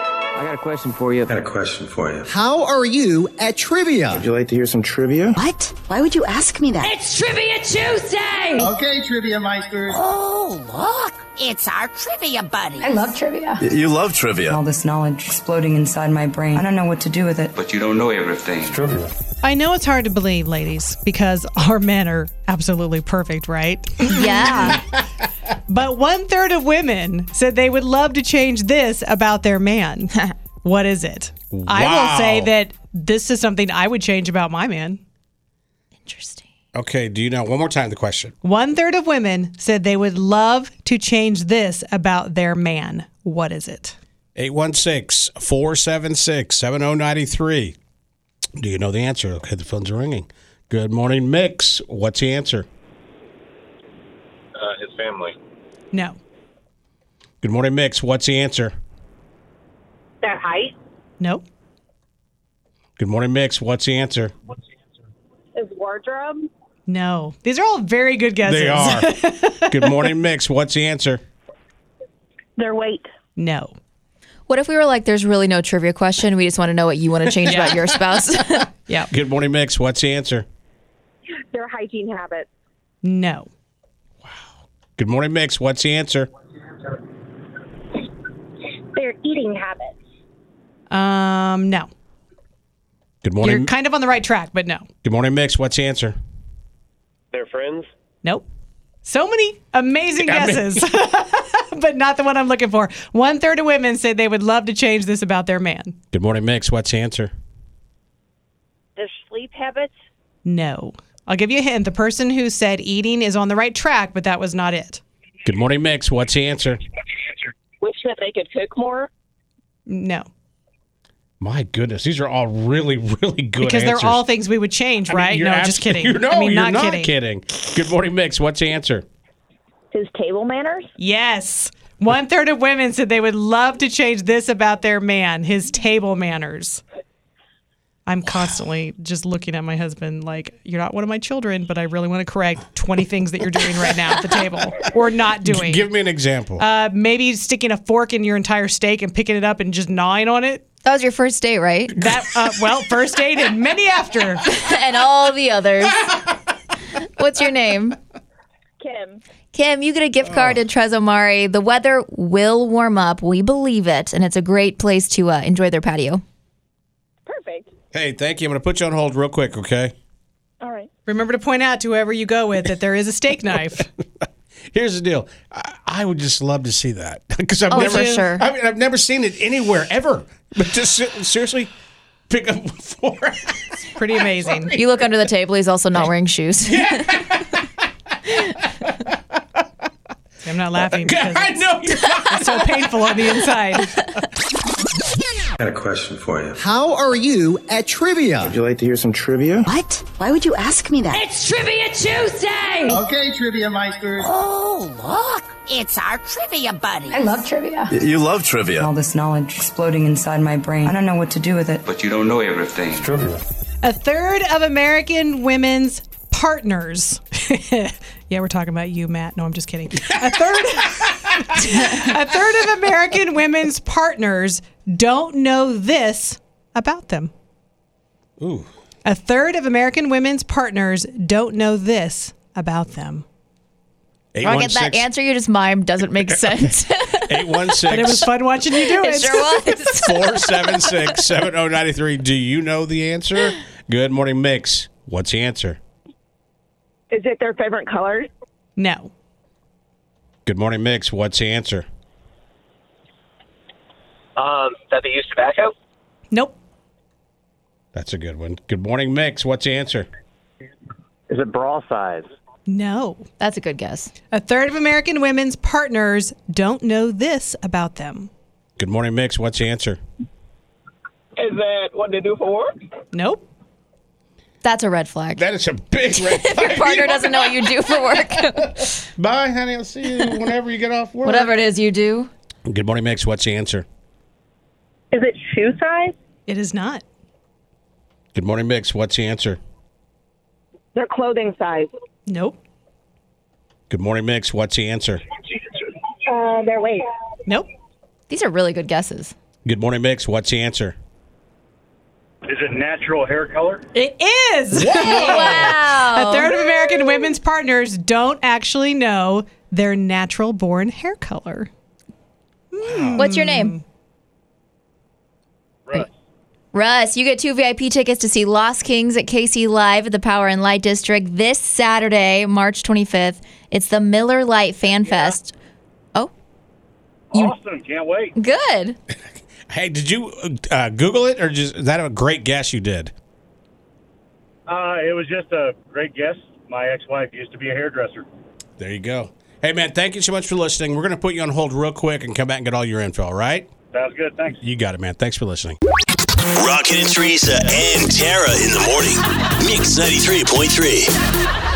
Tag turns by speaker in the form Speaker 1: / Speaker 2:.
Speaker 1: I got a question for you.
Speaker 2: got a question for you.
Speaker 3: How are you at trivia?
Speaker 4: Would you like to hear some trivia?
Speaker 5: What? Why would you ask me that?
Speaker 6: It's Trivia Tuesday!
Speaker 3: Okay, trivia meisters.
Speaker 5: Oh, look. It's our trivia buddy.
Speaker 7: I love trivia.
Speaker 4: You love trivia.
Speaker 8: All this knowledge exploding inside my brain. I don't know what to do with it.
Speaker 2: But you don't know everything.
Speaker 9: I know it's hard to believe, ladies, because our men are absolutely perfect, right?
Speaker 5: Yeah.
Speaker 9: But one third of women said they would love to change this about their man. what is it? I will say
Speaker 10: Wow.
Speaker 9: that this is something I would change about my man.
Speaker 5: Interesting.
Speaker 10: Okay, do you know one more time the question?
Speaker 9: One third of women said they would love to change this about their man. What is it?
Speaker 10: 816 476 7093. Do you know the answer? Okay, the phones are ringing. Good morning, Mix. What's the answer?
Speaker 11: Uh, his family.
Speaker 9: No,
Speaker 10: Good morning, Mix. What's the answer?
Speaker 7: Their height
Speaker 9: no,
Speaker 10: Good morning, Mix. What's the answer?
Speaker 7: is wardrobe.
Speaker 9: no. These are all very good guesses.
Speaker 10: They are. Good morning, Mix. What's the answer?
Speaker 7: Their weight.
Speaker 9: No.
Speaker 6: What if we were like, there's really no trivia question? We just want to know what you want to change about your spouse?
Speaker 9: Yep.
Speaker 10: Good morning, Mix. What's the answer?
Speaker 7: Their hygiene habits.
Speaker 9: No.
Speaker 10: Good morning, Mix. What's the answer?
Speaker 7: Their eating habits.
Speaker 9: Um, no.
Speaker 10: Good
Speaker 9: You're
Speaker 10: morning.
Speaker 9: kind of on the right track, but no.
Speaker 10: Good morning, Mix. What's the answer?
Speaker 11: Their friends.
Speaker 9: Nope. So many amazing
Speaker 10: I mean-
Speaker 9: guesses, but not the one I'm looking for. One third of women said they would love to change this about their man.
Speaker 10: Good morning, Mix. What's the answer?
Speaker 7: Their sleep habits.
Speaker 9: No. I'll give you a hint. The person who said eating is on the right track, but that was not it.
Speaker 10: Good morning, Mix. What's the answer?
Speaker 7: Wish that they could cook more.
Speaker 9: No.
Speaker 10: My goodness, these are all really, really good
Speaker 9: Because
Speaker 10: answers.
Speaker 9: they're all things we would change,
Speaker 10: I mean,
Speaker 9: right?
Speaker 10: you're
Speaker 9: no,
Speaker 10: abs-
Speaker 9: just kidding.
Speaker 10: You're, no,
Speaker 9: I mean,
Speaker 10: you're
Speaker 9: not, kidding.
Speaker 10: Good morning, Mix. What's the answer?
Speaker 7: His table manners.
Speaker 9: Yes. One third of women said they would love to change this about their man, his table manners. I'm constantly just looking at my husband like, you're not one of my children, but I really want to correct 20 things that you're doing right now at the table or not doing.
Speaker 10: Give me an example.
Speaker 9: uh, maybe sticking a fork in your entire steak and picking it up and just gnawing on it.
Speaker 6: that was your first date, right?
Speaker 9: That, uh, well, first date and many after.
Speaker 6: and all the others. What's your name?
Speaker 7: Kim.
Speaker 6: Kim, you get a gift card to Trezomari. The weather will warm up. We believe it. And it's a great place to uh, enjoy their patio.
Speaker 7: Perfect.
Speaker 10: hey, thank you. I'm going to put you on hold real quick, okay?
Speaker 7: All right.
Speaker 9: Remember to point out to whoever you go with that there is a steak knife.
Speaker 10: Here's the deal. I, I would just love to see that because I've
Speaker 6: Oh,
Speaker 10: never,
Speaker 6: for sure.
Speaker 10: I mean, I've never seen it anywhere ever. But just se- seriously, pick up four.
Speaker 9: Pretty amazing.
Speaker 6: You look under the table. He's also not wearing shoes.
Speaker 9: I'm not laughing because
Speaker 10: I know you're not.
Speaker 9: it's so painful on the inside.
Speaker 2: I got a question for you.
Speaker 3: How are you at trivia?
Speaker 4: Would you like to hear some trivia?
Speaker 5: What? Why would you ask me that?
Speaker 6: It's Trivia Tuesday!
Speaker 3: Okay, trivia meisters.
Speaker 5: Oh, look. It's our trivia buddy.
Speaker 7: I love trivia.
Speaker 4: You love trivia.
Speaker 8: All this knowledge exploding inside my brain. I don't know what to do with it.
Speaker 2: But you don't know everything.
Speaker 9: A third of American women's partners. yeah, we're talking about you, Matt. No, I'm just kidding. A third, a third of American women's partners don't know this about them.
Speaker 10: Ooh.
Speaker 9: A third of American women's partners don't know this about them.
Speaker 6: I get that
Speaker 10: 816
Speaker 6: answer you just mimed doesn't make sense.
Speaker 9: But it was
Speaker 10: 816
Speaker 9: fun watching you do
Speaker 6: it
Speaker 9: it.
Speaker 6: sure was.
Speaker 10: 476 7093. Do you know the answer? Good morning, Mix. What's the answer?
Speaker 7: Is it their favorite color?
Speaker 9: No.
Speaker 10: Good morning, Mix. What's the answer?
Speaker 11: Um, that they use tobacco.
Speaker 9: Nope.
Speaker 10: That's a good one. Good morning, Mix. What's the answer?
Speaker 11: Is it bra size?
Speaker 9: No.
Speaker 6: That's a good guess.
Speaker 9: A third of American women's partners don't know this about them.
Speaker 10: Good morning, Mix. What's the answer?
Speaker 11: Is that what they do for work?
Speaker 9: Nope.
Speaker 6: That's a red flag.
Speaker 10: That is a big red
Speaker 6: Your
Speaker 10: flag.
Speaker 6: partner doesn't know what you do for work.
Speaker 10: Bye, honey. I'll see you whenever you get off work.
Speaker 6: Whatever it is you do.
Speaker 10: Good morning, Mix. What's the answer?
Speaker 7: Is it shoe size?
Speaker 9: It is not.
Speaker 10: Good morning, Mix. What's the answer?
Speaker 7: Their clothing size.
Speaker 9: Nope.
Speaker 10: Good morning, Mix. What's the answer?
Speaker 7: Uh, their weight.
Speaker 9: Nope.
Speaker 6: These are really good guesses.
Speaker 10: Good morning, Mix. What's the answer?
Speaker 1: Is it natural hair color?
Speaker 9: It is.
Speaker 6: wow.
Speaker 9: A third of American women's partners don't actually know their natural born hair color.
Speaker 6: What's your name?
Speaker 1: Russ.
Speaker 6: Russ, you get two VIP tickets to see Lost Kings at KC Live at the Power and Light District this Saturday, March 25th. It's the Miller Light Fan Fest. Oh,
Speaker 1: Awesome. Can't wait.
Speaker 6: good.
Speaker 10: Hey, did you uh, Google it or just is that a great guess you did?
Speaker 1: Uh, it was just a great guess. My ex-wife used to be a hairdresser.
Speaker 10: There you go. Hey, man, thank you so much for listening. We're going to put you on hold real quick and come back and get all your info, all right?
Speaker 1: Sounds good. Thanks.
Speaker 10: You got it, man. Thanks for listening.
Speaker 12: Rocket and Teresa and Tara in the morning. Mix 93.3.